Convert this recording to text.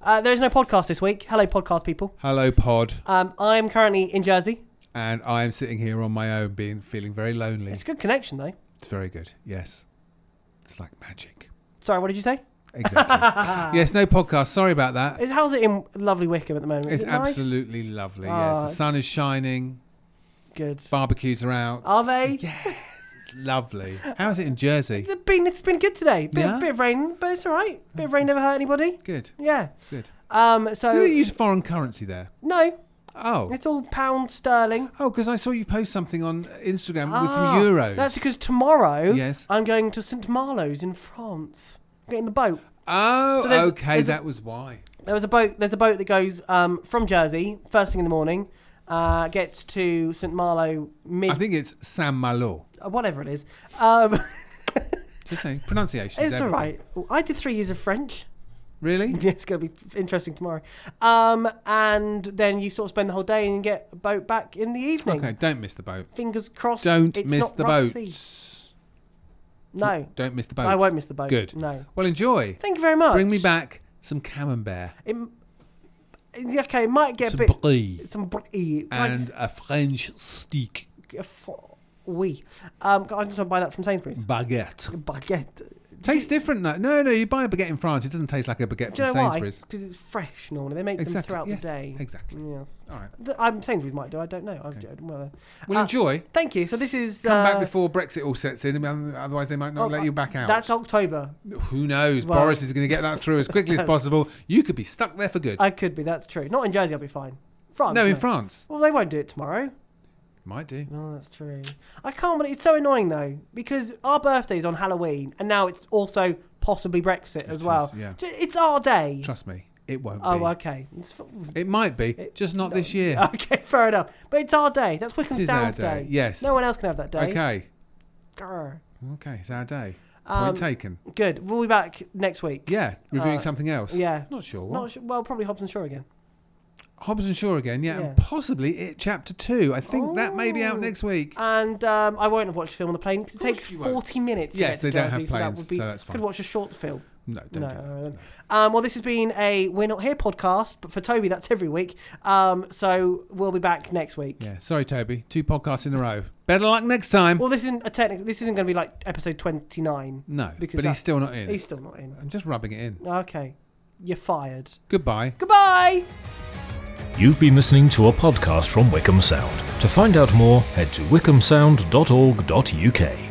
Uh, there is no podcast this week. Hello, podcast people. Hello, Pod. Um, I'm currently in Jersey. And I am sitting here on my own, being feeling very lonely. It's a good connection, though. It's very good. Yes. It's like magic. Sorry, what did you say? Exactly. yes, no podcast. Sorry about that. Is- How's it in lovely Wickham at the moment? Is It's it nice? absolutely lovely. Ah. yes. The sun is shining. good. Barbecues are out. Are they? Yes. It's lovely. How is it in Jersey? It's been it's been good today. Bit, Yeah? bit of rain, but it's all right. Bit of rain never hurt anybody. Good. Yeah. Good. Um. So Do they use foreign currency there? no, Oh. it's all pound sterling. Oh, because I saw you post something on Instagram with Ah, some euros. That's because tomorrow Yes. I'm going to St Marlo's in France. I'm getting the boat. Oh, So there's- okay. there's a- that was why. There was a boat. There's a boat that goes um, from Jersey first thing in the morning, uh, gets to St Malo mid I think it's San Malo. uh, whatever it is. Um, Just saying. Pronunciation. it's all right. I did three years of French. Really? Yeah, it's going to be interesting tomorrow. Um, and then you sort of spend the whole day and get a boat back in the evening. Okay, don't miss the boat. Fingers crossed. Don't it's miss not the rough boat. sea. No, Don't miss the boat. I won't miss the boat. Good. No. Well, enjoy. Thank you very much. Bring me back some camembert, It, it's- okay, it might get some a bit. brie, Some br- Can I and just- a French steak f- oui. Um, I can buy that from Sainsbury's. baguette. Baguette. Tastes different. No, no, no. You buy a baguette in France, it doesn't taste like a baguette Do you from know Sainsbury's. Because it's fresh normally. They make them Exactly. throughout yes, the day. Exactly. Yes. All right. Th- I'm Sainsbury's might do. I don't know. Okay. I don't, well, Well, Uh, enjoy. thank you. So this is Come uh, back before Brexit all sets in. Otherwise, they might not oh, let uh, you back out. That's October. Who knows? Well- Boris is going to get that through as quickly as Yes. possible. You could be stuck there for good. I could be. That's true. Not in Jersey. I'll be fine. France. no, in mate. France. Well, they won't do it tomorrow. Might do. No, that's true. I can't believe it's so annoying though because our birthday's on Halloween and now it's also possibly Brexit as is, well. yeah. J- It's our day. Trust me, it won't be. Oh, okay. It's f- It might be, It- just not no. this year. Okay, fair enough. But it's our day. That's Wickham It is our Sounds day, yes. No one else can have that day. Okay. Grr. Okay, it's our day. Point Um, taken. Good. We'll be back next week. Yeah, reviewing uh, something else. yeah. Not sure what. Not sure, well, probably Hobbs and Shaw again. Hobbs and Shaw again, yeah, Yeah. and possibly it chapter two. I think that may be out Oh. next week. And um, I won't have watched a film on the plane because it course takes you won't. 40 minutes. to Yes, get to they don't Jersey, have so, that planes, would be, so that's Could fine. watch a short film. No, don't no, do that. all right then. Um, well, this has been a We're Not Here podcast, but for Toby, that's every week. Um, so we'll be back next week. Yeah, sorry, Toby. Two podcasts in a row. Better luck next time. Well, this isn't a technical. This isn't going to be like episode 29. no, because but that- he's still not in. He's still not in. I'm just rubbing it in. Okay. You're fired. Goodbye. Goodbye. You've been listening to a podcast from Wickham Sound. To find out more, head to wickhamsound.org.uk.